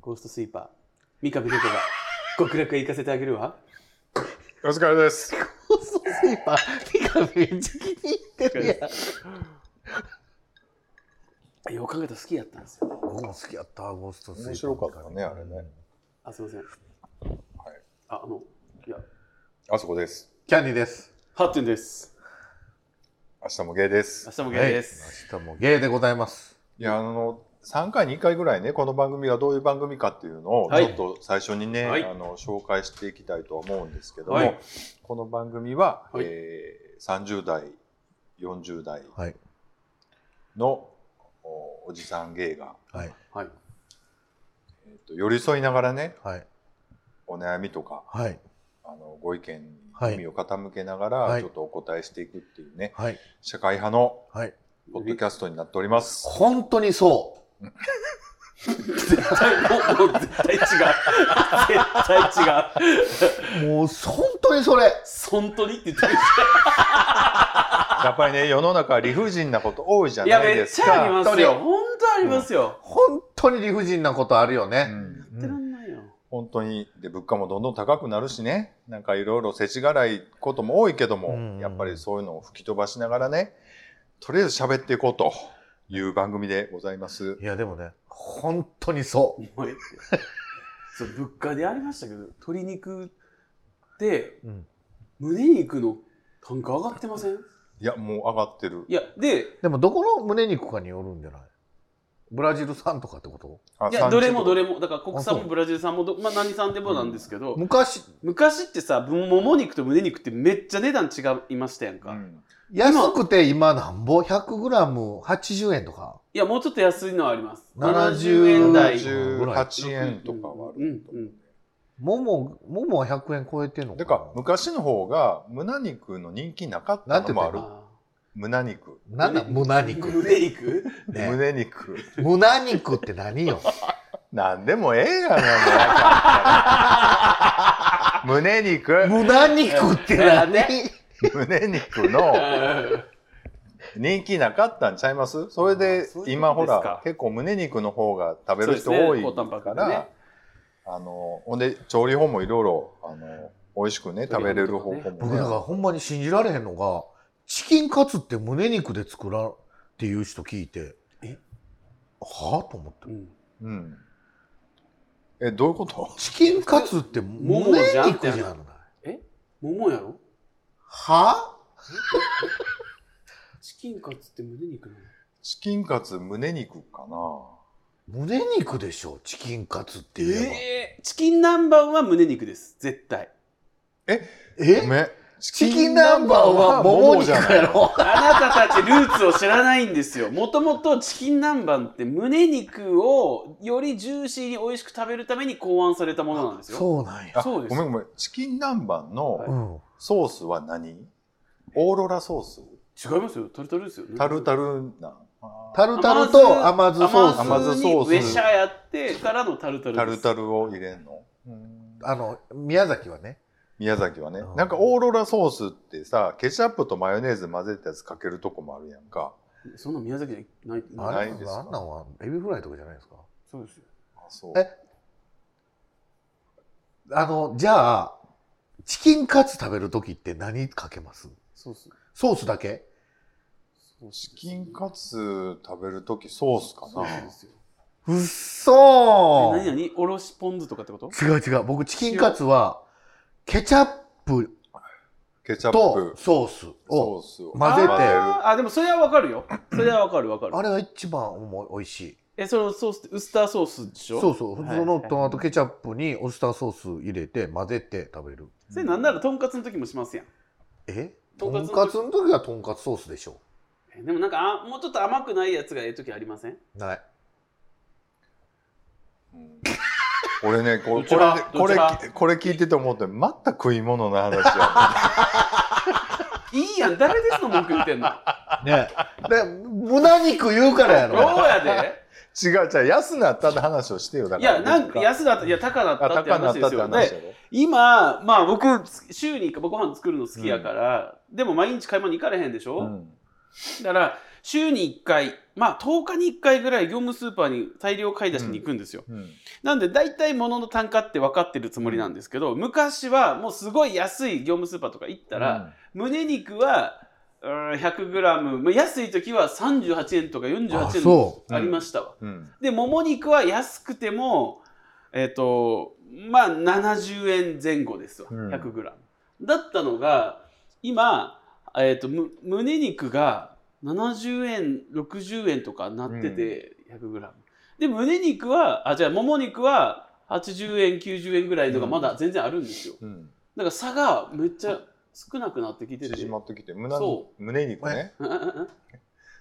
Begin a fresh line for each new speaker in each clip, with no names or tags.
ゴーストスイーパー三上哲が極楽へ行かせてあげるわ
お疲れです。
ゴーストスイーパー三上めっちゃ気に入ってるやんよく考えたら好きやったんですよ
僕も好きやった、ゴーストスイーパー
面白かったね、あれね。
あすいませんはいああのいや
あそこです。
キャンディーです。
ハッテンです
明日もゲイです
明。日も
お
ゲイです、
明日もゲイでございます。
いや、あの、3回に1回ぐらいね、この番組がどういう番組かっていうのを、
は
ち
い
ょっと最初にね、
はい
あの、紹介していきたいとは思うんですけども、
はい
この番組は、
はい
えー30代、40代
はい。
のおおじさんゲイが、
はい。
はい
えっと寄り添いながらね、
はい。
お悩みとか、
はい。
あの、ご意見に
はい
耳を傾けながら、
はい
ちょっとお答えしていくっていうね、
はい。
社会派の
はい。
ポッドキャストになっております。
本当にそ
絶対もうもう絶対違う絶 対違う
う。もう、本当にそれ。
本当にって言ってる
やっぱりね、世の中理不尽なこと多いじゃ
い
な
や
い
め
で
っ
す
ちゃあり
か。
ますよ本当ありますよ、
本当に理不尽なことあるよ
う
ね。
ん
やってらんないよ、
本当にで物価もどんどん高くなるしねなんかいろいろ世知辛いことも多いけども、
うん
やっぱりそういうのを吹き飛ばしながらねとりあえず喋っていこうという番組でございます
いや、でもね、本当にそう。
思えって そう物価でありましたけど鶏肉で
うん
胸肉の単価上がってません
いやもう上がってる
いやで
でも、どこの胸肉かによるんじゃないブラジル産とかってこと
あ
いやどれもど
れ
れもだから国産もブラジル産もど、まあ、何産でもなんですけど、
昔、
昔ってさももも肉と胸肉ってめっちゃ値段違いましたやんか、
安くて今なんぼ 100g80 円とか。
いやもうちょっと安いのはあります
70
70円台
78円とかはあ
うん
ると
うん
もも、ももは100円超えてんの
て
か
か昔の方が胸肉の人気なかったのもあ
な
る
ん
あ
胸肉
な。なんだ、胸
ー
肉。
胸肉
ね
胸肉
胸肉って何よ。
なんでもええがなもうあかんから胸肉
胸肉って何
胸肉の人気なかったんちゃいますそれ
あー
で
そういうこと
今ほ
ですから
結構胸肉の方が食べる人
そうですね
多い
高タンパ
か
クで
ら、
ね
あのほんで調理法もいろいろあの美味しくね食べれる方法も
僕
ね
だからほんまに信じられへんのがチキンカツって胸肉で作らんっていう人聞いて
え
はあと思って
うん
うんえどういうこと
チキンカツって
も
胸
もじゃんっ
肉じ
て
ゃない
ももやろ
は
チキンカツって胸肉なの
チキンカツ胸肉かな
胸肉でしょチキンカツって言え
えーチキン南蛮は胸肉です絶対
ば
ご
え
めん
チキンナンバーはもも肉やろ
あなたたちルーツを知らないんですよもともとチキン南蛮って胸肉をよりジューシーに美味しく食べるために考案されたものなんですよ
そうなんや
あ
そうです
ごめんごめんチキン南蛮
う
の
ん
ソースは何、オーロラソース
違いますよタルタルですよ
タルタルなんあー
タルタルと甘酢ソース
甘
甘
酢
酢
ソ
にウ
ース
ェシャーやってからのタルタル
タ
で
ル
す
タルを入れんのうん
あの宮崎はね
宮崎はね
うん
なんかオーロラソースってさケチャップとマヨネーズ混ぜたやつかけるとこもあるやんか
そんな宮崎じゃないない
あれ
ないです
あんなんはエビフライとかじゃないですか
そうですよ
あそう
えあのじゃあチキンカツ食べる時って何かけます
そうっす
ソースだけ
そう
チキンカツ食べるときソースか
そう
な
ですよ
うっそ
え
ー
何々おろしポン酢とかってこと
違う違う。僕、チキンカツは、ケチャップ
ケチャッ
と
プ
ソース
ソ
を。
ースを
混ぜて
る
あーあでもそれはわかるよそれはわかるわかる
あれが一番重い美味しい。
えそのソースってウスターソースでしょ
そうそう。
はい
普通のトマトケチャップにオイスターソース入れて混ぜて食べる。
それなんならとんかつの時もしますやん
え
と
と
んかつ
んかつの時はとんかつソースでしょ。
えでもなんかあもうちょっと甘くないやつがええ時ありません
ない。
うん俺ねこ
どち
こ
ら
れこれ
どち
これ聞いてて思って全く食い物の話や
いいやん誰ですの文句言ってんの
ね で、胸肉言うから や
どう
ろ。
やで
ね 違う違う安なったって話をしてよだ
い
から
やなんか安だったいや高だっ
あ
たって
高なっ
話で
たっ
す
て
よ
話
ね
やろ
今まあ僕週に1回僕ご飯作るの好きやから、でも毎日買い物に行かれへんでしょ、
うん
だから週に1回まあ10日に1回ぐらい業務スーパーに大量買い出しに行くんですよ、
うん
なんで大体物の単価って分かってるつもりなんですけど昔はもうすごい安い業務スーパーとか行ったら、、胸肉はうーん 100g まあ安い時は38円とか
あ
48円
そ
うん
ありましたわ、
うんうん
でもも肉は安くてもえっ、とまあ70円前後ですわ
うん
100g、だったのが今、えっとむ胸肉が70円60円とかなってて、100g で胸肉はあじゃあもも肉は80円90円ぐらいのがまだ全然あるんですよ、
うん、
だから差がめっちゃ少なくなってきてて
縮まってきて胸に
そ
胸 肉ね
うんうんうん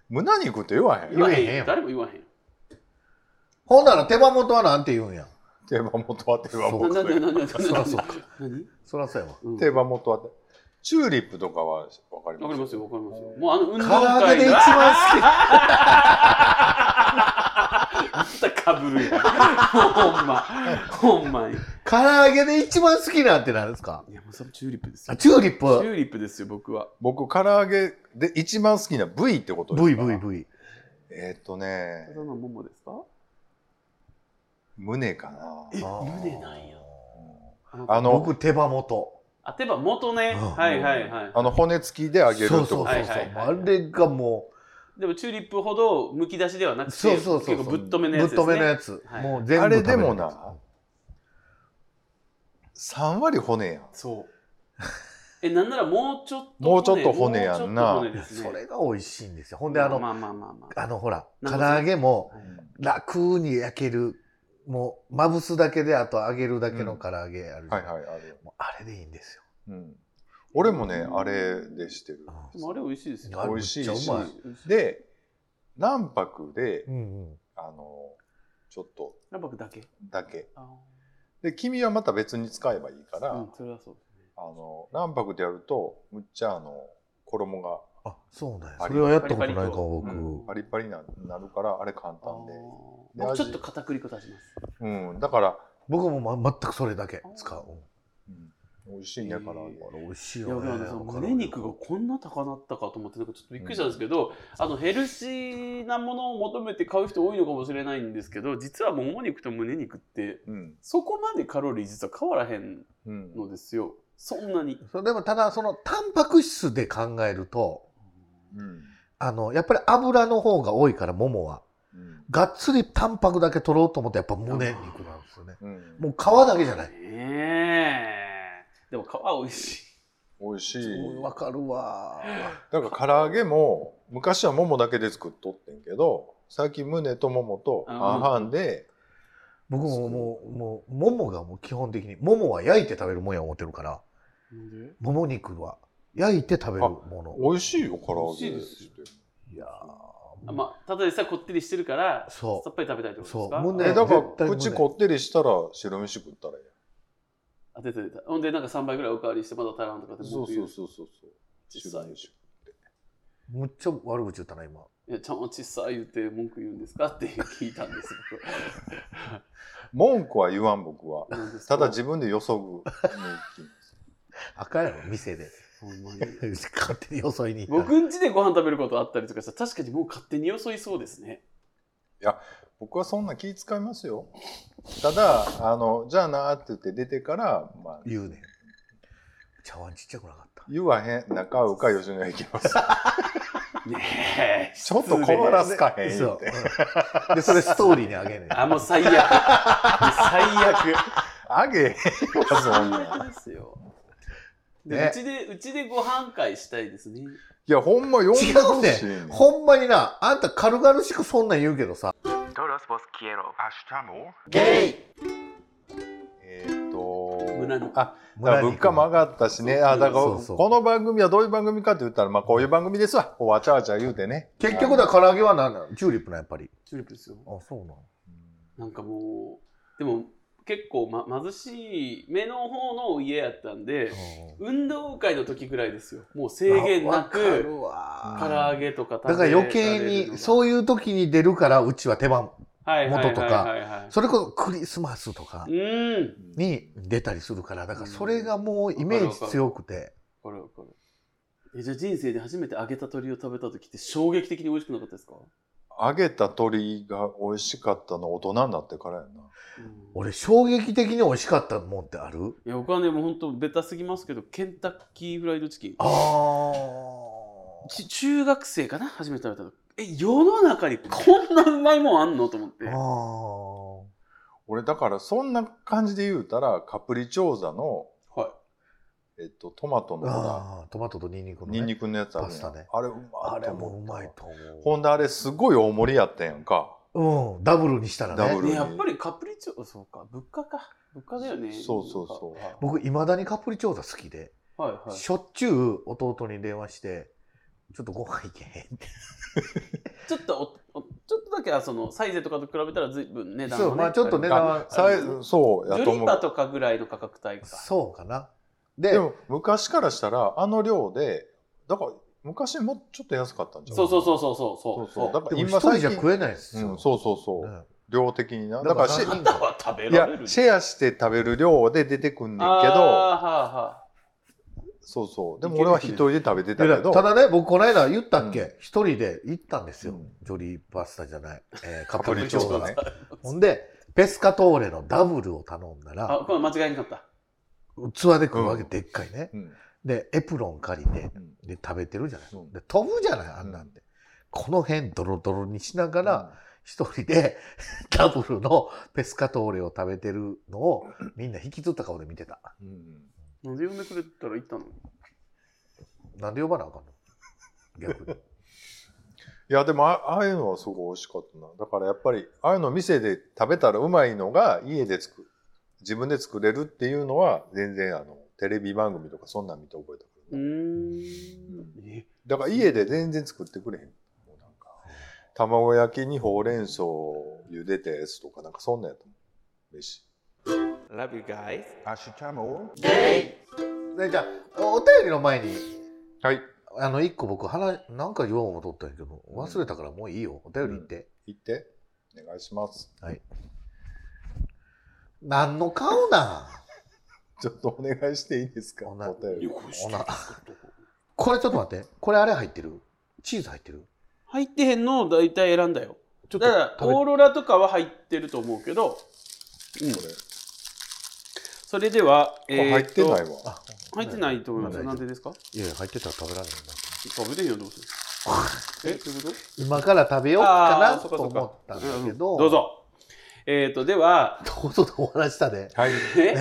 胸肉って言わへん
言わへ
言
ん
えへん
よ
よ
誰も言わへんよ
ほんなら手羽元はなんて言うんや
手羽元は手羽
そう
ななな
元
なな
そうかそうか
何
そらそうやわ
うん
手羽元はチューリップとかはわかります
わかりますよ、わかりますよ。もうあの運動
唐揚
会
げで一番好き
あんたかぶるやん。ほんま、ほんまに。
唐揚げで一番好きなんて何ですか
いや、もうそれチューリップですよ。
あ
チ
チューリッ
ュ
プ
ーリップですよ、僕は。
僕唐揚げで一番好きな部位ってことですか
VVV
えーっとね
ただのももですか
胸かな
え胸なんや
あの
僕手羽元
あ、てば元ね。
うん
はいはいはい。
あの骨付きで揚げるって
そ
こ
うそうそうそう、
と
はいはいはい
あれがも
でもチューリップほどむき出しではなくて、
そうそうそうそう
結構ぶっとめ
う
の
ぶ
や
っ
つですね。
とめのやつ、
はい
もう全部
あれで
食べ
も
るやつ
な3割骨やん
そう。え、なんならもうちょっと
もうちょっと骨やんな
もうちょっと骨ですね
それが美味しいんですよほんであの、
まあまあまあまあ。
あのほら
な
唐
んか
揚げも
はい
楽に焼けるもうまぶすだけであと揚げるだけの唐揚げある、
はいはいある、
もうあれでいいんですよ
うん、俺もねあれでしてる
でもあれ美味しいですよ。
あれ
美味しい
めっ
し
ちゃうまい
で卵白で
うんうん
あのちょっと
ラバクだけ。
だけ
あ
で黄身はまた別に使えばいいから、
ーうん、それはそうですね。
あの卵白でやるとむっちゃあの衣が
あそうなんや
パ
そ
リ
れはやったことないか
パリパリと
も僕、
うん
パリパリにななるからあれ簡
あー
単で、で
僕
味
ちょっと片栗粉足します。
うん、だから、
僕も、ま、全くそれだけ使う、
うん、美味しいねから揚げ
あれ美味しい
いや
よ
でも
ね
ねその胸肉がこんな高なったかと思ってなんかちょっとびっくりしたんですけど、あのヘルシーなものを求めて買う人多いのかもしれないんですけど実はもも肉と胸肉って
うん
そこまでカロリー実は変わらへん
うん
のですよそんなに
そうでもただそのタンパク質で考えると
うん
あのやっぱり油の方が多いからももは
うん
がっつりタンパクだけ取ろうと思ってやっぱ胸肉なんですよね
うん
もう皮だけじゃない
ねえでも皮美味しい
美味しい
うんわかるわ
だから唐揚げも昔はももだけで作っとってんけど最近胸とももと
あ
半
ー
々で
僕ももうもうももがもう基本的にももは焼いて食べるもんや思ってるから
なんで
もも肉は焼いて食べるもの
美味しいよ唐揚げ
美味しい
いや
あまあただでさえこってりしてるからさ
そ
っぱり食べたいってことですか
そう
え
胸
だか
絶対
ら
無理
口こってりしたら白飯食ったらえ
あ出た出たほんでなんか3倍ぐらいおかわりしてまだ足らんとかって
え
文句言
そうそうそう
小さい
うむっちゃ悪口言ったな今
いや、ちゃんは小さい言うて文句言うんですかって聞いたんです、
文句は言わん僕は
僕なんですか
ただ自分で予測に行き ます
赤やろ店で
ほ んまに
勝手によそいに行ったら
僕ん家でご飯食べることあったりとかしたら確かにもう勝手によそいそうですね。
僕はそんな気使いますよただあのじゃあなーって言って出てから、まあ、
言うねん茶碗ちっちゃくなかった
言わへん中うか吉野家行きます
ねえ。
ちょっと困ら
失
すかへん
そ
言っ
う
て
うんでそれストーリーにあげんねん
礼あ、もう 最悪。もう最
あげへんわそんなん
悪ですよ。でう
ね
ちで、うちでご飯会したいですね。
いやほんま4
違う
番
ね
しいねん
ほんまにな、あんた軽々しくそんなん言うけどさ。
ゲイ
えーっと
胸肉
あだから物価も上がったしねあだから
そうそう
この番組はどういう番組かって言ったらまあこういう番組ですわこうわちゃわちゃ言うてね
結局だから唐揚げは何なのチューリップなやっぱり。
チューリップですよ。
あ、そう
な
な
んかもう、でも結構、ま、貧しい目の方の家やったんで、
の。
運動会の時ぐらいですよ。もう制限なく。
わ
唐揚げとか食べ
だから余計にそういう時に出るからうちは手番
られるのが
元とか
はいはいはいはいはい
それこそクリスマスとか
うん
に出たりするからだからそれがもうイメージ強くて
これこれえじゃあ人生で初めて揚げた鶏を食べた時って衝撃的に美味しくなかったですか
あ揚げた鶏が美味しかったの大人になってからやな。
うん
俺衝撃的に美味しかったもんってある
いや僕はねもう本当ベタすぎますけどケンタッキーフライドチキン
あ
ち中学生かな初めて食べたのえ世の中にこんなうまいもんあんのと思って
ああ
俺だからそんな感じで言うたらカプリチョーザの、
はい
えっと、トマトのほ
あートマトとニンニクの、
ら
ね、
ニンニクのやつある
パス
や
タ
ん、
ね
あれうまいと思った
あれもうまいと
ほんであれすごい大盛りやったやんか
思う、うん、ダブルにしたら
ダブ
ね
ル
ね、やっぱりカプリチョそうか物価か物価だよね
そうそうそう
なんか
僕いまだにカプリチョーザ好きで、
はいはい
しょっちゅう弟に電話して「ちょっとご飯行けへん」って
ちょっとおおちょっとだけはそのサイゼとかと比べたらずいぶん値段も、
そ
ね、
うまあちょっと値段は
さい
あの
そう
ジ
やと
ョリ
思
パ
う
とかぐらいの価格帯か
そうかなで
でも昔からしたらあの量でだから昔もちょっと安かったんじゃん
そうそうそうそうそう
そ
そうう
そうだか
で
ら
も一
今
人
最
じ
近
ゃ食えないですよ、
うん、そうそうそう、
ね
量的になだか
だから
らシ
う
あ
ェ
んたは食べ
い
ら
や
れる
シェアして食べる量で出てくんねんけ
あー
ど
はあはあ
そうそうでも俺は一人で食べてたけど
ただね僕この間言ったっ
う
け一、人で行ったんですよ、
うん
ジョリーパスタじゃない、えーカ
カ
プ
プ
リ
リ
チ
チ
ョ
ョー
ーザ
ザ
ね
ね
ほんでペスカトーレのダブルを頼んだ
あ
ら
これ間違いなかった
器で食うわけでっかいね、
うん
でエプロン借りて
うん
で食べてるじゃない、
うん
で飛ぶじゃないあんなんて、この辺ドロドロにしながら一人で ダブルのペスカトーレを食べてるのをみんな引きずった顔で見てた
うん
なんで呼んでくれたら行ったの
なんで呼ばなあかんの逆 に
いやでもあああいうのはすごい美味しかったなだからやっぱりああいうの店で食べたらうまいのが家で作る自分で作れるっていうのは全然あのテレビ番組とかそんなん見て覚えたから
う
ね、
んえ
だから家で全然作ってくれへんもうなんか卵焼きにほうれん草茹でたやつとかなんかそんなんやと思う飯
Love you guys
アシュチャモ
でじゃあお便りの前に
はい
あの一個僕話なんか言おうもとったんやけど忘れたからもういいよお便り言って、
行ってお願いします
何の顔なん
ちょっとお願いしていいですか
お
お
な
便り
ほなこれちょっと待ってこれあれ入ってるチーズ入ってる
入ってへんのを大体選んだよ
ちょっと
だから
食べ
オーロラとかは入ってると思うけど、うん、
これ、
それでは、
あ入ってない
い
わ
あ
入ってないと思います
う
よ
ん
なんでですか
いやいや入ってたら食べられないな
食べてへんよどうするえどういうこと
今から食べようか
あ
な
ーそ
と
っかそっか
思ったんだけど、
どうぞえっ、ー、とでは
どうぞで終わらしたで、
はい
え
ね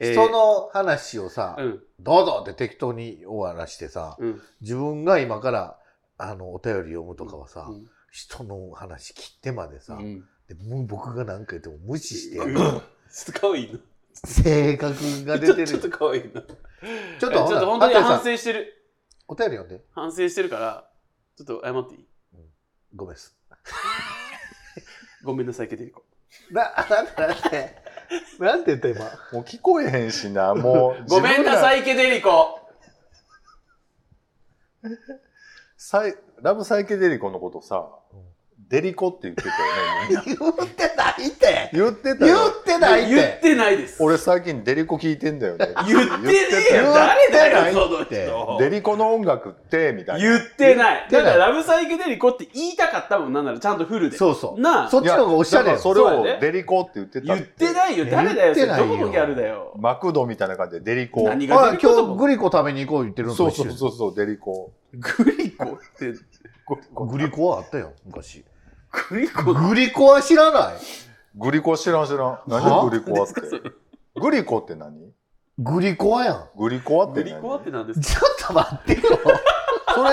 えー
人の話をさ、
うん
どうぞって適当に終わらしてさ、
うん
自分が今からあのお便り読むとかはさ、
うん
人の話切ってまでさ、
うん
でむ僕が何か言っても無視して や
う
る、
んちょっと可愛い
性格が
な
出てる
ちょちょ っと可愛いな
ちょっ
えちょっ
ほら
と本当に
あとさ
反省してる
お便り読んで
反省してるからちょっと謝っていい
ごめんっす
ごめんなさいケテリコ
な なんてなんてなんて言った今
もう聞こえへんしな、もう。
ごめんなさ
い。
いケテリコ
サイラブサイケデリコのことさ、
うん
デリコって言ってたよね、みんな。
言ってないって
言ってた
言っ
よ。
てないって
言ってないです
俺最近デリコ聞いてんだよね。
言ってねえよ
言ってた
誰だよ
言
そ
っ
の
てないって
人
デリコの音楽って、みたいな。
言ってない
言ってない
だからラブサイケデリコって言いたかったもんなんならちゃんとフルで
そうそう
なあ
そっちの方がおしゃれ
いやだからそ
よ
れ
そうや
を
ね
デリコって言ってた
言ってないよ誰だよそれ
言ってないよ
どこのギャルだよ
マクドみたいな感じでデリコ。
何が
あ
出ること
今日
も
グリコ食べに行こう言ってるの
そ
と
う
一緒
そうそうそう、デリコ。
グリコって
グリコはあったよ昔
グリコ
グリコは知らない
グリコ知らん知らん。
は
何グリコはって。グリコって何
グリコはやん
グリコはって
グ
何
リコってなんですか
ちょっと待ってよちょっ
それ、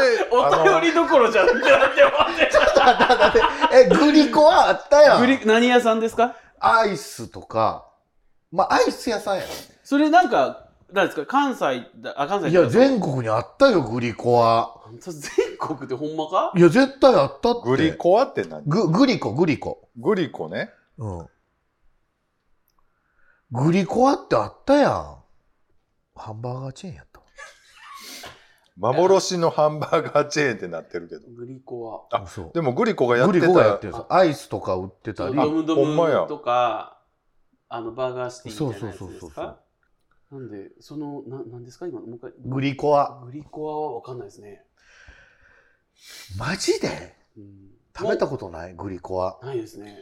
お便りどころじゃなくなって待って
と待って待 ってえグリコはあったやん
グリ何屋さんですか
アイスとかまあアイス屋さんや
それなんかなんですか関西だあ関西
んい
だ
や全国にあったよグリコは
そ全国ってほんまか
いや絶対あったって
グリコはって何
ググリコグリコ
グリコね。
うんグリコはってあったやんハンバーガーチェーンやった
幻のハンバーガーチェーンってなってるけど。
グリコは
あ
そう
でもグリコがやっ
グ
て
リ
た
コがやってるんですよアイスとか売ってた
ド
り
ムド
ほんまや
ムとかあのバーガーシティみたいなやつ
そうそう
で
そ
す
うそうそう
かなんでそのななんですか今のもう一回
グリコは
グリコアはわかんないですね、
マジで
うん
食べたことないグリコは。
ないですね。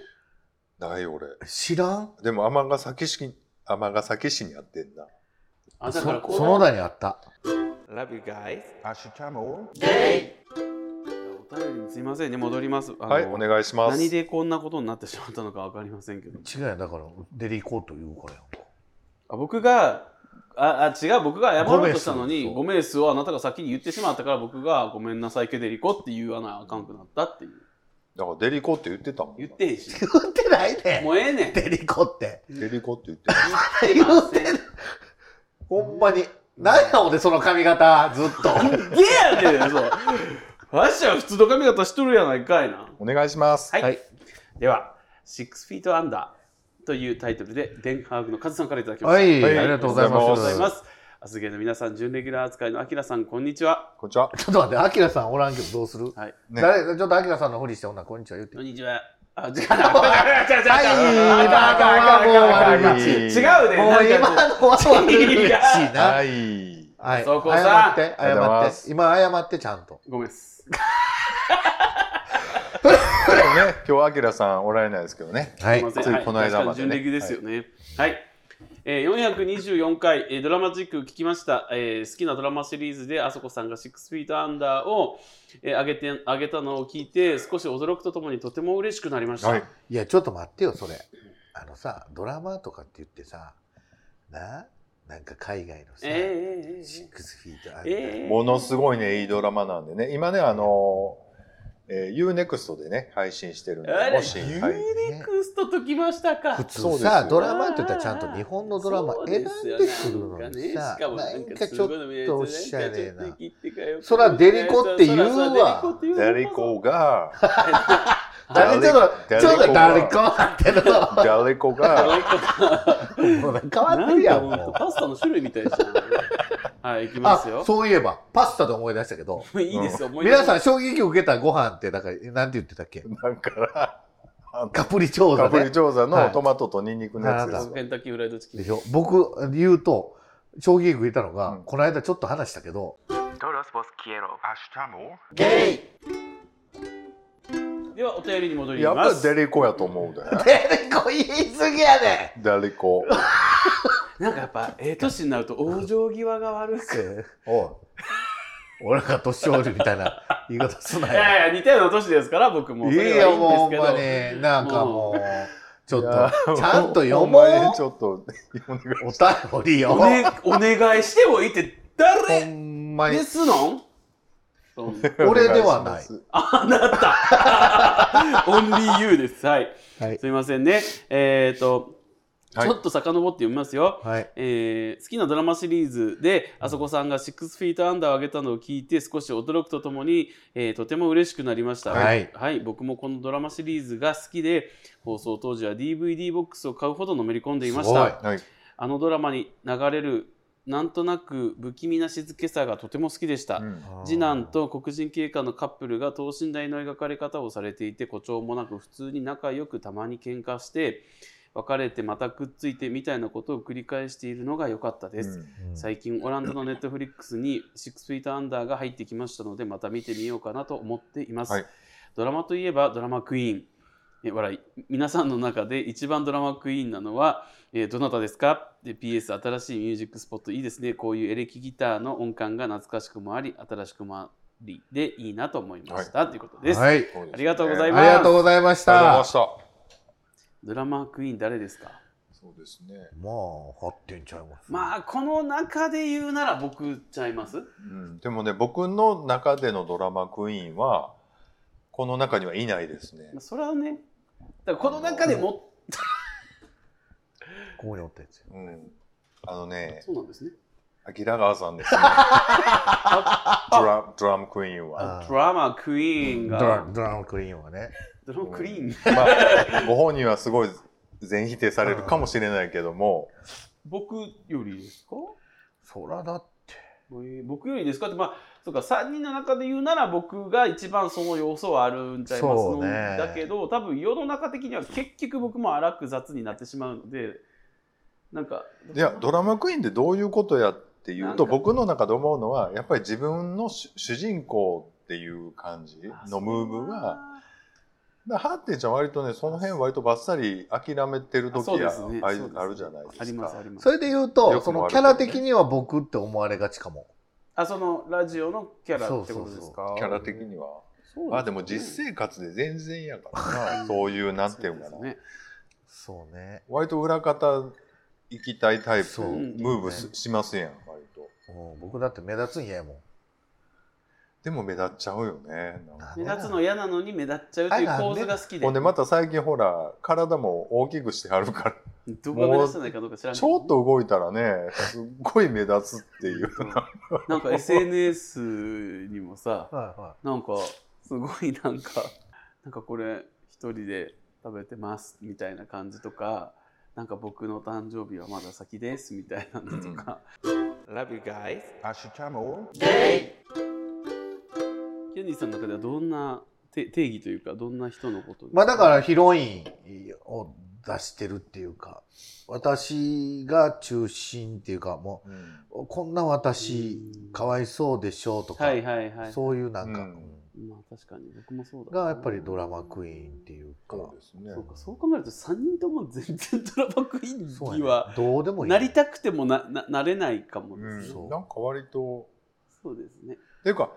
ない俺。
知らん
でも尼崎市に、尼崎市にあってんな。
あ
そ
だからこ
その
だ
名にあった。
Love you guys。
Ashitamo.
お便りにすいませんね戻ります。あの
はい、お願いします。
何でこんなことになってしまったのかわかりませんけど。
違うよだからデリコート言うからよ。
あ僕がああ違う僕が謝ろうとしたの
ごめんっ
に
す
ごめんっすをあなたが先に言ってしまったから僕がごめんなさいケデリコって言わなあかんくなったっていう
だからデリコって言ってたもんな。
言ってへんし
言ってないね
もうええねん
デリコって。
デリコって言ってた。
言ってません
言ほんまに。なんや俺その髪型ずっと。
ゲーやでそうわしは普通の髪型しとるやないかいな
お願いします。
はい、
はい
では「6フィートアンダー」というタイトルでデンハーグのカズさんからいただきました、
は
は
い、
い
ありがとうございま
ありがとう
ご
ご
ざい
す。
ますアスゲーの皆さん準レギュラー扱いのアキラさんこんにちは
こんにちは。
ちょっと待って、アキラさんおらんけどどうする、
はい
ね
誰ちょっとアキラさんのふりして、ほんならこんにちは言って。
こんにちはあ違う違う違う違う違う
はい
違う違う違う違う違う違うね
もう
なんか
今
こう
のは悪口やな。
い。
はい、
そこ
謝
さ
って、
ありがとうござい
謝
ま
って。
す
今謝ってちゃんと。
ごめんっす。
でもね、今日アキラさんおられないですけどね。
は
すいません
つい
はい
この間ま
確かに
で
純
ね
烈ですよね。はい。えー、424回、えードラマチック聞きました、えー好きなドラマシリーズであそこさんが「6フィートアンダーを」えー上げて上げたのを聞いて少し驚くとともにとても嬉しくなりました、
はい。
いや、ちょっと待ってよ、それ。あのさ、ドラマとかって言ってさ、な、なんか海外のさ、
えーえーえ
シッ
ー
クスフィートあ
えー
る
えー
ものすごいね、いいドラマなんでね。今ね、あのー、えー、UNEXT でね、配信してるんで、
あれ
もし、はい。
ネクストときましたか
普
そう
通
です
さ、
よ
ドラマって言ったらちゃんと日本のドラマ
そう
選ん
で
です
よ
くるのにさ、
なんかねしかも
な
なんんか
かちょっと、おしゃれなそ
そ
らデリコって言うわ
誰こが、
誰ちょっと、ちょっと誰こうなってるの。
誰こが、
もうなんか変わってるやん、
なんかもう
もう。
パスタの種類みたいじゃん。はい、行きます
あ
よ、。
そういえば、パスタで思い出したけど、
いいですよ、思い出し
皆さん衝撃を受けたご飯って、なんか、なんて言ってたっけ
なんから、あの
カプリチョー
カ
ザ
プリ
ね。
チョーザ
は
の
い
トマトとニンニクのやつです
ケンタッキーフライドチキン
で。しょ僕、言うと、衝撃を受けたのが、
うん
この間ちょっと話したけど、
Ashitamo.
では、お便りに戻り
やっぱ
ま
り
す
デ。リコやと思うで。
テレコ言い過ぎやで
デリ コ。
なんかやっぱ、ええ年になると、往生際が悪く。
おい。俺が年寄りみたいな言い方すないよ。
やいや、似たような年ですから、僕も。
いいよ、もう、ほ
そ
ん
れは
ま
いいんです
に。なんかもう、ちょっ
いや
と、ちゃんと読
お
もう。
前ちょっと、
お便り
けど
よ。
お ねお願いしてもいいって、
ほ
誰
んまに
で。すのんそんな
俺ではない
あなたオンリーユーです。はい。
はい
すいませんね。えっ、と、
はい
ちょっと遡って読みますよ。
はい。
えー好きなドラマシリーズであそこさんが「6フィートアンダー」を上げたのを聞いて少し驚くとともに、えーとても嬉しくなりました、
はい
僕もこのドラマシリーズが好きで放送当時は DVD ボックスを買うほどのめり込んでいまし
すごい
た
はい。
あのドラマに流れるなんとなく不気味な静けさがとても好きでした、
うん
次男と黒人警官のカップルが等身大の描かれ方をされていて誇張もなく普通に仲良くたまに喧嘩して別れてまたくっついてみたいなことを繰り返しているのが良かったです、
うん
最近オランダのネットフリックスに「シックスフィートアンダー」が入ってきましたのでまた見てみようかなと思っています、
はい
ドラマといえばドラマクイーンえ笑い皆さんの中で一番ドラマクイーンなのは、えーどなたですかで ?PS 新しいミュージックスポットいいですねこういうエレキギターの音感が懐かしくもあり新しくもありでいいなと思いました、ということです、
はい。
うん
ありがとうござい
ありがとうございまし
ありがとうございま。
た
した。
ドラマクイーン誰ですか
そうですね。
まあ、発展ちゃいます。
まあこの中で言うなら僕ちゃいます
うん、でもね、僕の中でのドラマクイーンは、この中にはいないですね
まあ。それはねだからこの中でも、
ここにおったやつよ。
うん。あのね、
そうなんですね
明川さ んですね。ドラドラムクイーンは。
あー
ドラマクイーン
ド
が、
ラドラムクリーンはね。
ドラマクイーン、
まあ、ご本人はすごい全否定されるかもしれないけども、
僕よりですか、
そらだって。
えー僕よりですかってまあそうか3人の中で言うなら僕が一番その要素はあるんちゃいます
そ
の、
うね
だけど多分世の中的には結局僕も荒く雑になってしまうのでなんか
いや、ドラマクイーンってどういうことやっていうと、
なんか
僕の中で思うのは、やっぱり自分の主主人公っていう感じのムーブが、だからハッテンちゃん割とねその辺割とばっさり諦めてる時
そうで
や
すね
あ,、
そうですね
あるじゃないですか。
ありますあります
それで言う
よ
と、
く
そ
も
の
悪く
キ
も
ャ
ね
ラ的には僕って思われがちかも。
あそのラジオのキャラってことですか
キャラ的には。
そうすね
あでも実生活で全然やからなそういうなんていうのかな
そですね
そうね。
割と裏方行きたいタイプ
そう
ムーブすしますやん割と。
うん僕だって目立つん嫌やもん。
でも目立っちゃうよね。なんか
なんで
目立つの嫌なのに目立っちゃうという構図が好きで
ほんでまた最近ほら体も大きくしてあるか
どこが目立たないかどうか知ら
ら
ない
ちょっと動いたらねすっごい目立つっていう
なんか SNS にもさ
はいは
なんかすごいなんかなんかこれ一人で食べてますみたいな感じとかなんか僕の誕生日はまだ先ですみたいなのとか、Love you guys ケニーさんの中ではどんなて定義というかどんな人のことです
まあだからヒロインを出してるっていうか、私が中心っていうか、も
うん
う、こんな私、かわいそうでしょうとか、
はいはいはい
そういうなんか、
うん
まあ確かに僕もそうだな
がやっぱりドラマクイーンっていうか、
そうです ね
そうかそう考えると3人とも全然ドラマクイ
そう
ー
や
ン
ね
には、
どうでもいい。
なりたくてもなななれないかもですね、
うん
そう
なんか割と
そうですね
っていうか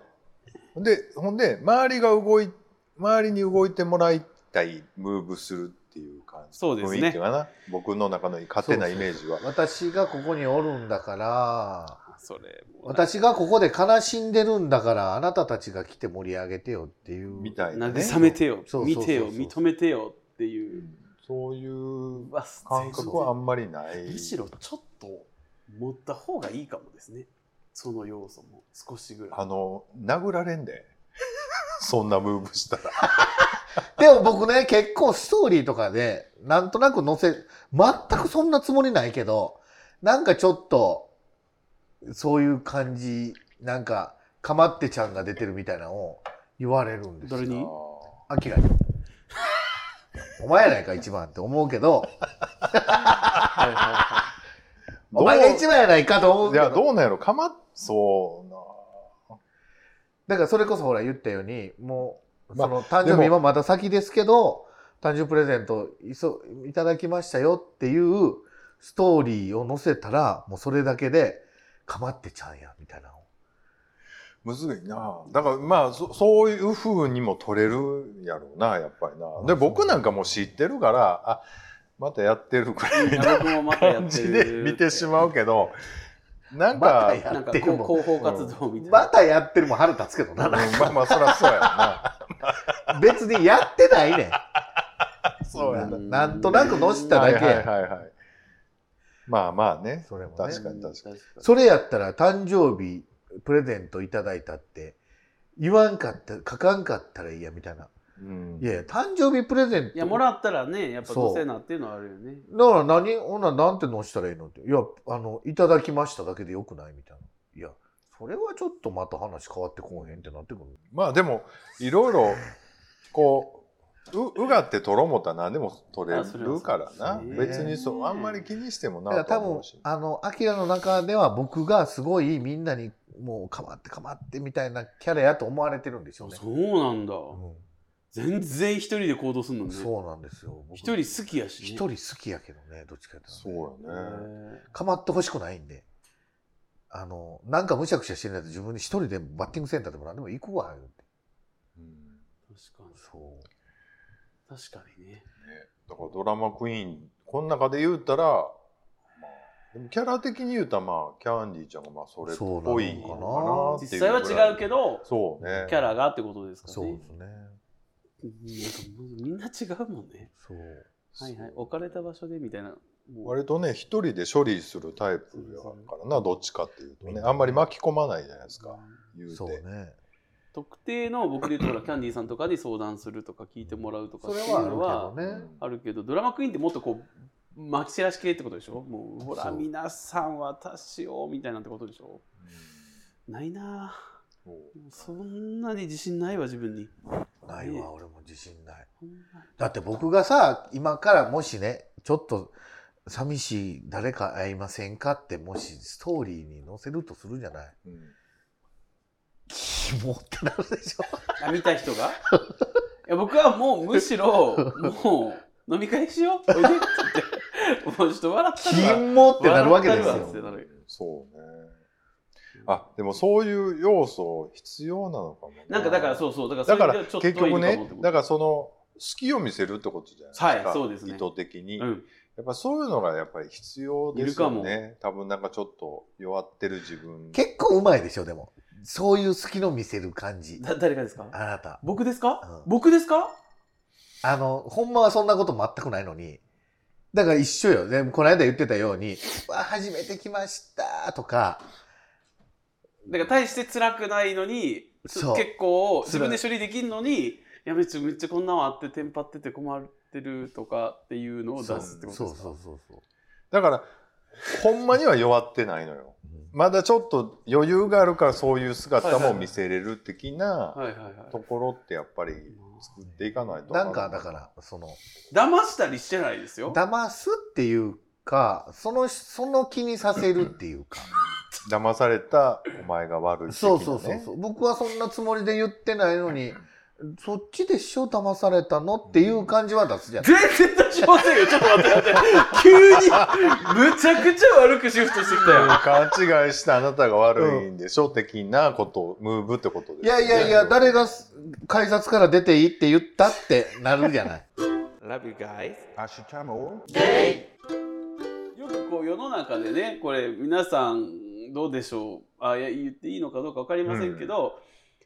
でほんで周りが動い周りに動いてもらいたいムーブするっていう感じ
そうですね
雰囲気かな僕の中の勝手なイメージは
私がここにおるんだから、
あそれも
私がここで悲しんでるんだから、あなたたちが来て盛り上げてよっていう。
みたいなね
慰めてよ
そうそう
見
そうそう
てよ認めてよって
う
いうん
そういう
わ
感覚はあんまりな
全
い
然むしろちょっと持った方がいいかもですねその要素も少しぐらい
あの殴られんでそんなムーブしたら
でも僕ね、結構ストーリーとかで、なんとなく載せ、全くそんなつもりないけど、なんかちょっと、そういう感じ、なんか、かまってちゃんが出てるみたいなのを言われるんですよ
誰。に
アキ ラに。お前やないか一番って思うけど、
はいはいは
お前が一番やないかと思う
い
けど。
やどうなんやろかまっそうな
だからそれこそほら言ったようにもう
まあ
その誕
で
生
も
日今まだ先ですけど誕生日プレゼントいそいただきましたよっていうストーリーを載せたらもうそれだけでかまってちゃんやみたいなの
むずいなだからまあそそういうふうにも取れるやろうなやっぱりなで僕なんかもう知ってるからあまたやってるくら
いい
い
や
な
僕もまたや
感
って
じ
る
で見てしまうけどなん
ま
か
たや
なん
っ
か
て
こ
る
う
もん
広報活動みたいな、
またやってるもん腹立つけど
うん
ななん
まあまあそりゃそうやろな
か別にやってないねん
そうやな
ななんとなく載せただけ
はいはいはいはいまあまあね
それもね
確かに確か
かに
それやったら誕生日プレゼントいただいたって言わんかった書かんかったらいいやみたいな
に、うん
いやいや誕生日プレゼント
いやもらったらねやっぱどうせなっていうのはあるよね
だから何、ほんならなんて載したらいいのって。いや、あの、いただきましただけでよくないみたいな。いや、それはちょっとまた話変わってこうへんってなってくる。
まあでもいろいろこうううがって取ろうもったら何でも取れ
あそれはそう
る
です
からな
ね
別にそうあんまり気にしても
だか
な
ら
とは
多
思
分
うし、
あの、アキラの中では僕がすごいみんなにもうかまってかまってみたいなキャラやと思われてるんでしょうね。
そうなんだ、
う
全然一人で行動するの
ん
ね
そうなんですよ。僕
一人好きやし、ね、
一人好きやけどね、どっちかやったらね、
そう
へ
やね
ー
かまってほしくないんで。あの、なんかむしゃくしゃしてないと自分で一人でバッティングセンターでも何でも行くわ、言うて。
うん
確かに
そう。
確かにね
ねだからドラマクイーンこの中で言うたら、まあ、でもキャラ的に言うたらまあキャンディーちゃんがまあそれっぽいのかなって
実
いうぐ
際
ら
はい違うけど
そうね
キャラがってことですかね
そうですね。
うんなんかみんな違うもんね
そう。
はいはい置かれた場所でみたいなもう
割とね一人で処理するタイプやからなどっちかっていうとねあんまり巻き込まないじゃないですか言うて
そうね。
特定の僕で言うとほらキャンディーさんとかに相談するとか聞いてもらうとか
それ
っていうの
は
は
あるけどね。
あるけどドラマクイーンってもっとこうまき散らし系ってことでしょもうほ
そ
ら
う
皆さん私をみたいなってことでしょないなぁ
うん
そんなに自信ないわ自分に
ない
ね
わ、俺も自信ない。
そんな
だって僕がさ、今からもしね、ちょっと寂しい誰か会いませんかって、もしストーリーに載せるとするじゃない。
うん
キモってなるでしょ。
あ見た人がや僕はもうむし ろもう飲み会しようおいでって言ってもうちょっと笑ったるわ
金もってなるわけです
笑ったるわ
よ
っ。てなる
そうね。あ、でもそういう要素必要なのかもね、
なんかだからそうそうだから
だから
そういう意味ではちょっと
結局
いいの
ね
かも、
だからその好きを見せるってことじゃないですか。
はいそうですね
意図的に。
うん
やっぱそういうのがやっぱり必要で
いる
す
か
よ
も
ね。多分なんかちょっと弱ってる自分。
結構うまいでしょ、でも。そういう好きの見せる感じ。
だ誰がですか
あなた。
僕ですか、
うん
僕ですか
あの、ほんまはそんなこと全くないのに。だから一緒よ。でもこの間言ってたように、わ、初めて来ましたとか、
だから大して辛くないのにつ
そう
結構
辛い
自分で処理できるのにやべちょめっちゃこんなのあってテンパってて困ってるとかっていうのを出
そう
すってことですか
そうそうそうそう。
だから、ほんまには弱ってないのよ。まだちょっと余裕があるからそういう姿も見せれる的な
はいはいはい
ところってやっぱり作っていかないと。
なんかだから、その、
騙したりしてないですよ
騙すっていうか、その、その気にさせるっていうか。
騙されたお前が悪い、ね、
そうそうそうそう。僕はそんなつもりで言ってないのに、そっちでしょ、騙されたのっていう感じは出すじゃん。
全然出しませんよちょっと待って待って急にむちゃくちゃ悪くシフトしてきたよ
勘違いしたあなたが悪いんでしょ的なことをムーブってことです
いやいやいや、誰が改札から出ていいって言ったってなるじゃない。
Love you guys
アシュチャモ
よくこう世の中でねこれ皆さんどうでしょうあいや言っていいのかどうか分かりませんけど、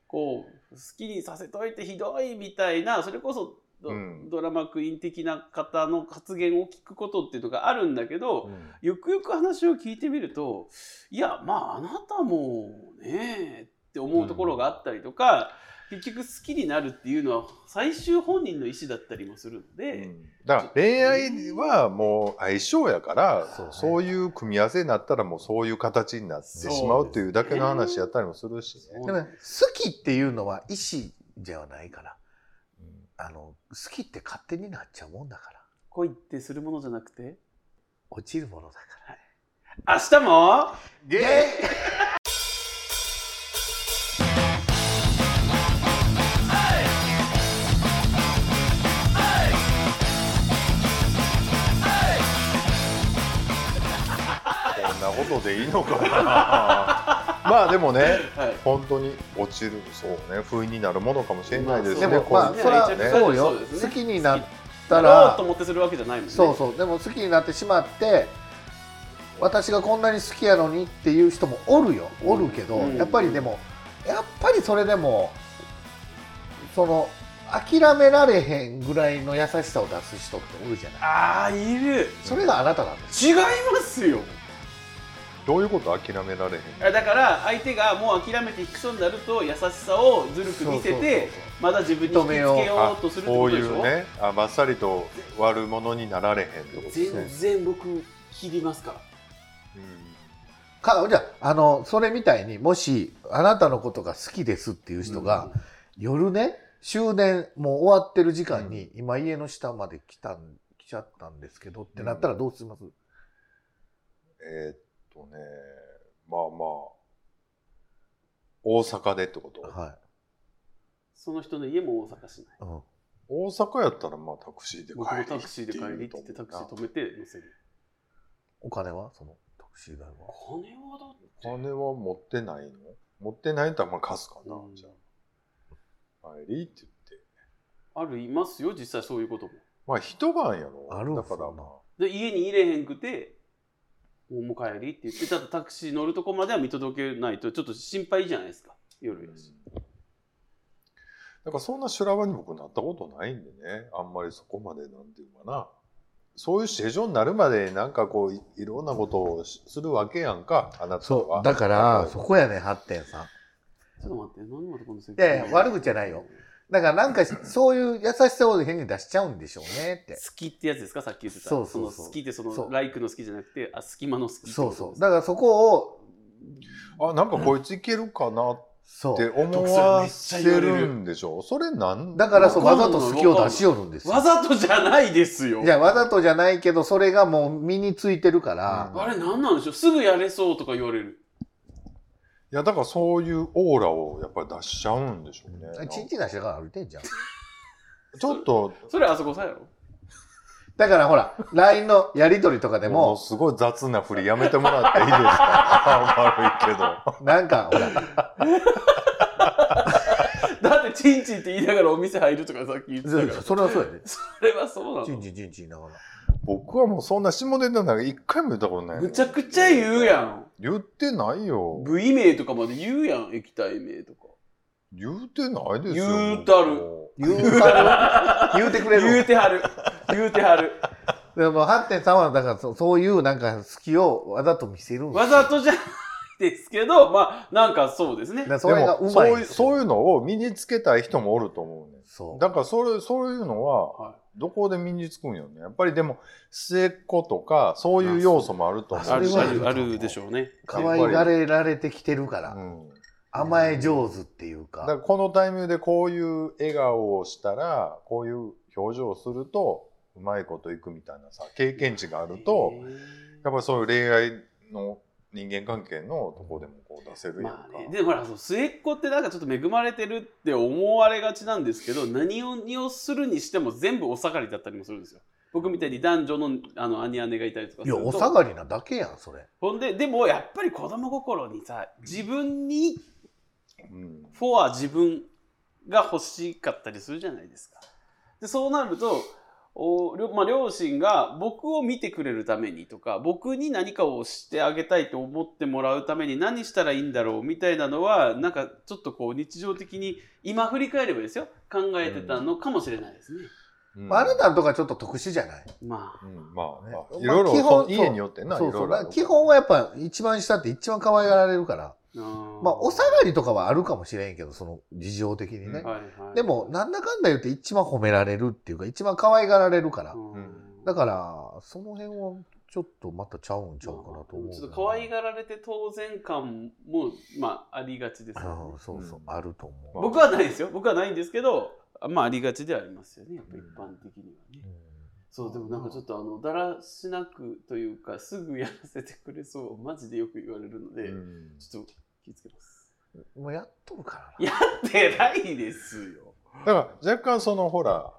こう好きにさせといてひどいみたいなそれこそド,、
うん
ドラマクイーン的な方の発言を聞くことっていうのがあるんだけど、よくよく話を聞いてみるといやまああなたもねって思うところがあったりとか、結局好きになるっていうのは最終本人の意思だったりもするので、
だから恋愛はもう相性やから
そうね
そういう組み合わせになったらもうそういう形になってしまうっていうだけの話やったりもするしね。
でもね、好きっていうのは意思ではないから。あの、好きって勝手になっちゃうもんだから。
恋ってするものじゃなくて
落ちるものだか
明日も
ら。ゲイ
こんなことでいいのかなまあでもね
はい
本当に落ちるそうね不意になるものかもしれないですね。
でも
こう
まあ
いう
そら
ね
そう
そう
よ
ですね
好きになった
だろう
ら
と思ってするわけじゃないもんね。
そうそうでも好きになってしまって私がこんなに好きやのにっていう人もおるよおるけど、
うん
やっぱりでもやっぱりそれでもその諦められへんぐらいの優しさを出す人っておるじゃない
ああ、いる。
それがあなたなんです
違いますよ。
どういうこと諦められへん
だから、相手がもう諦めていく人になると、優しさをずるく見せて、まだ自分に引きつけようとするって
こ
こ
う
と
い
でしょ
うねあばっさりと悪者になられへんってことです
全
ね、
然僕、切りますから。
かじゃああのそれみたいにもしあなたのことが好きですっていう人が、夜ね終電もう終わってる時間に、今家の下まで来たん来ちゃったんですけどってなったらどうします、
うんえーっとねまあまあ大阪でってこと
は
その人の家も大阪市内。
い、うん
大阪やったらまあタクシーで帰
僕も
り
タクシーで帰りって言って、タクシー止めて乗せる。
お金はそのタクシー代は
金はだって。
お金は持ってないの持ってないんだったらまあ貸すかな、
うん
じゃあ帰りって言って
ある、いますよ、実際そういうことも。
まあ一晩やろ
あるんす
だ
よ
からまあ
で家に入れへんくて「もうもう帰り」って言ってただタクシー乗るとこまでは見届けないとちょっと心配じゃないですか夜やし、
だからそんな修羅場に僕なったことないんでねあんまりそこまでなんていうかなそういう正常になるまでなんかこういいろんなことをしするわけやんかあなた
そ
は
うだか
例
ら
えば
そこやね8点さん
ちょっと待って何までこのせ
いやいや悪口じゃないよだからなんかそういう優しさを変に出しちゃうんでしょうねって
好きってやつですかさっき言ってた
そうそうそう
の好きってそ
そ
の
う
ライクの好きじゃなくてあ隙間の好きってこと
そうそうだからそこを
あなんかこいついけるかなっ
そ
て
う
思わせるんでしょそれなん
だからそう
わか
わざ
んない
と好きを出しよるんですよ
わざとじゃないですよ
じゃあわざとじゃないけどそれがもう身についてるから、
うん
あれ何なんでしょうすぐやれそうとか言われる
いやだからそういうオーラをやっぱり出しちゃうんでしょうね、
ちんちん出しながら歩いてんじゃん。
ちょっと、
それあそこさんやろ
だからほら、LINE のやりとりとかで
でもの
も、
すごい雑な振りやめてもらっていいですか 悪いけど。
なんかほら、
だってチンチンって言いながらお店入るとかさっき言ってたから
それはそうやで。
それはそうな
チン
の
チンチンチンだから。
僕はもうそんな下ネタなんか一回も言ったことないも
む
ん。
ちゃくちゃ言うやん
言ってないよ。
部位名とかまで言うやん液体名とか
言うてないですよ。
言うたる
も
言うたる言うてくれ
言う
る。
てはる言うてはる
でも8.3はだからそそういうなんか隙をわざと見せるんですよ
わざとじゃないですけどまあなんかそうですね
だから
う
それが
でも
うま
そ
いん
うい
で
う
すよ。
そういうのを身につけたい人もおると思うね。
そう
だからそれそういうの
はい
はどこで身につくんよね。やっぱりでも末っ子とかそういう要素もあると思う。
あ
それ
る
は
あるあるでしょうね
可愛がれられてきてるか
う
ら、
ん
甘え上手っていう
だから
か、
このタイミングでこういう笑顔をしたらこういう表情をするとうまいこといくみたいなさ経験値があるとやっぱりそういう恋愛の人間関係のとこでもこう出せるやん
ま
か
あ。ね、でもほらそう末っ子ってなんかちょっと恵まれてるって思われがちなんですけど何を何をするにしても全部お下がりだったりもするんですよ僕みたいに男女のあの兄姉がいたりとか
い
する
や、
と
お下がりなだけやん、それ。
ほんででもやっぱり子供心にさ自分に
うん
フォア自分が欲しかったりするじゃないですか。でそうなるとお両,、まあ、両親が僕を見てくれるためにとか僕に何かをしてあげたいと思ってもらうために何したらいいんだろうみたいなのはなんかちょっとこう日常的に今振り返ればですよ考えてたのかもしれないですね。
うん
まああなたのとこはちょっと特殊じゃない
まあ
うんまあ、まあ
ね
いろいろ
まあ基
そ
本
の家によってな、
そう
いろい
そ。
うろあるから
だか
ら
基本はやっぱ一番下って一番可愛がられるから、
あー
まあ、お下がりとかはあるかもしれんけど、その事情的にね
うん。
はいはい
でも、なんだかんだ言って一番褒められるっていうか、一番可愛がられるから
う。
ん
だから、その辺はちょっとまたちゃうんちゃうかなと思う。
ちょっと可愛がられて当然感も、まあ、ありがちですよね、
うんそうそう
う、ん
あると思う。
僕はないですよ僕はないんですけどあまあありがちではありますよねやっぱ一般的にはね、そうでもなんかちょっとあのだらしなくというかすぐやらせてくれそうマジでよく言われるので、
うん
ちょっと気をつけます
うんもうやっとるから
やってないですよ
だから若干そのほら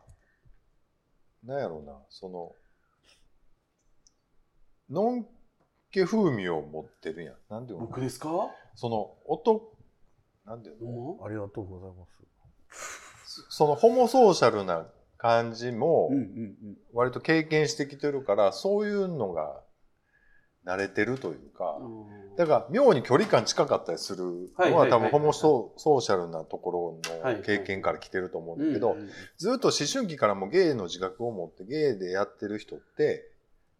なんやろうなそののんけ風味を持ってるやんなんていうの
僕ですかほ
その音なんていうの
ん
な。ありがとうございます。
そのホモソーシャルな感じも
うんうんうん
割と経験してきてるから、そういうのが慣れてるというか、
うん
だから妙に距離感近かったりする
は
のはい
はいはい
多
はい
分ホモソーソーシャルなところ
はい
の経験から来てると思うんだけど、
うんうん
ずっと思春期からもゲイの自覚を持ってゲイでやってる人って、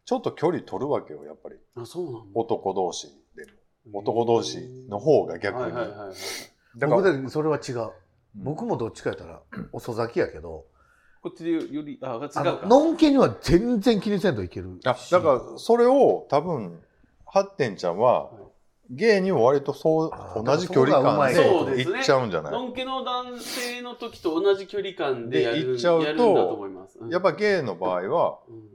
ちょっと距離取るわけよ、やっぱり。
あそうなんだ
男同士でも。男同士の方が逆
はい
に。
はいはいはい
だから
僕だけそれは違う。
うん
僕もどっちかやったら、遅咲きやけど、
こっちでよりあ違う
あ
か
の、のんけには全然気にせんといける。
あだから、それを多分、ハッテンちゃんは
はい、
ゲイにも割とそ
あー
う、同じ距離
だか
感
らそ
で
こが
うまい
行っちゃうんじゃない、
のんけの男性の時と同じ距離感でやる
で行っちゃうと
やるんだと思います。うん
やっぱゲイの場合は、
うん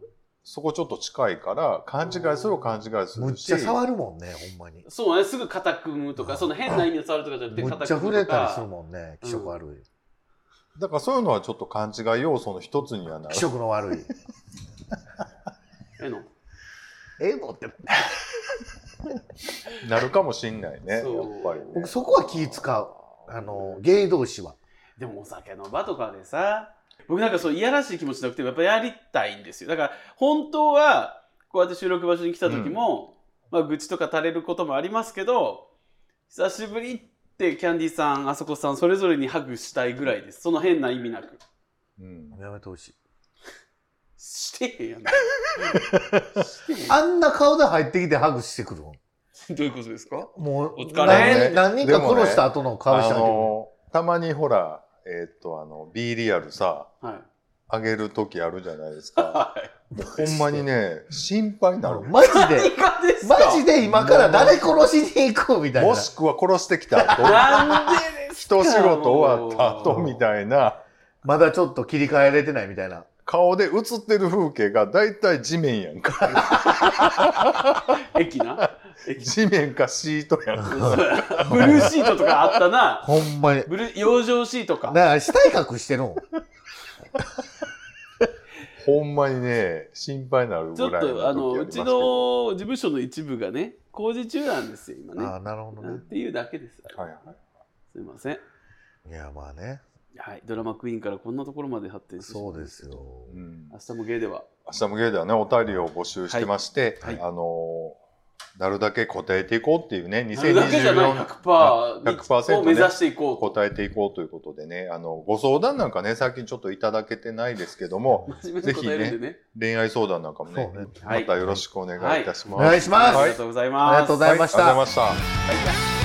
そこちょっと近いから、勘違いするを勘違いす
むっ
る
ち
し
ゃ、触るもんね、ほんまに。
そうね、すぐ肩組むとか、その変な意味で触るとかじゃなくて、
むっ
肩
ちゃ
組
触
む
れ
と
たり
か。
するもんね、気色悪い。
だからそういうのはちょっと勘違い要素の一つにはなる
気。色の悪い。
えの。
ええのって、
なるかもしんないね、やっ
そう
ぱりね。
僕そこは気使う。あの、芸同士は。
でもお酒の場とかでさ、僕なんかそういやらしい気持ちなくて、やっぱやりたいんですよ。だから本当は、こうやって収録場所に来た時も、まあ愚痴とか垂れることもありますけど、久しぶりってキャンディーさん、あそこさん、それぞれにハグしたいぐらいです。その変な意味なく。
うん
やめてほしい。
してへんや ん。
あんな顔で入ってきてハグしてくるもん。
どういうことですか
もう
お、疲
れ
何何人か殺した後の顔して
あ
入ってくる。
のたまにほら、えーっと、あの、B リアルさ、
はい。
上げるときあるじゃないで すか。
はい。
ほんまにね、心配になる。
マジで、
何がですか
マジで今から誰殺しに行くみたいな。
もしくは殺してきた 後、
なんでですか
一仕事終わった後みたいな、
まだちょっと切り替えれてないみたいな。
顔で映ってる風景がだいたい地面やんか。
駅な駅
地面かシートやんか。
ブルーシートとかあったな
ほんまに。
ブルー養生シートか
なあ、死体隠してるもん。
ほんまにね、心配になる
ちょ
ぐ
っ
らいの時
とあの
り
う
ます
ち
けど
の事務所の一部がね工事中なんですよ今ね
ああ、なるほど
な
ね
ん。ていうだけです
はいはい。
すいません
いや、まあね。
はいドラマクイーンからこんなところまで発展してしま
そ
いう
ですよ。
うん
明日もゲイでは
明日もゲイではね、お便りを募集してまして、
はい
あのーなるだけ答えていこうっていうね、
あれだけじゃない
2024
100%, に
100%
を目指していこうと
答えていこうということでね、あの、ご相談なんかね、最近ちょっといただけてないですけども、
真面目に答えるんでね
恋愛相談なんかもね、
そうね
はい
またよろしくお願いいたします。
お願いします
ありがとうございます、
ありがとうございました
はいありがとうございました。
はい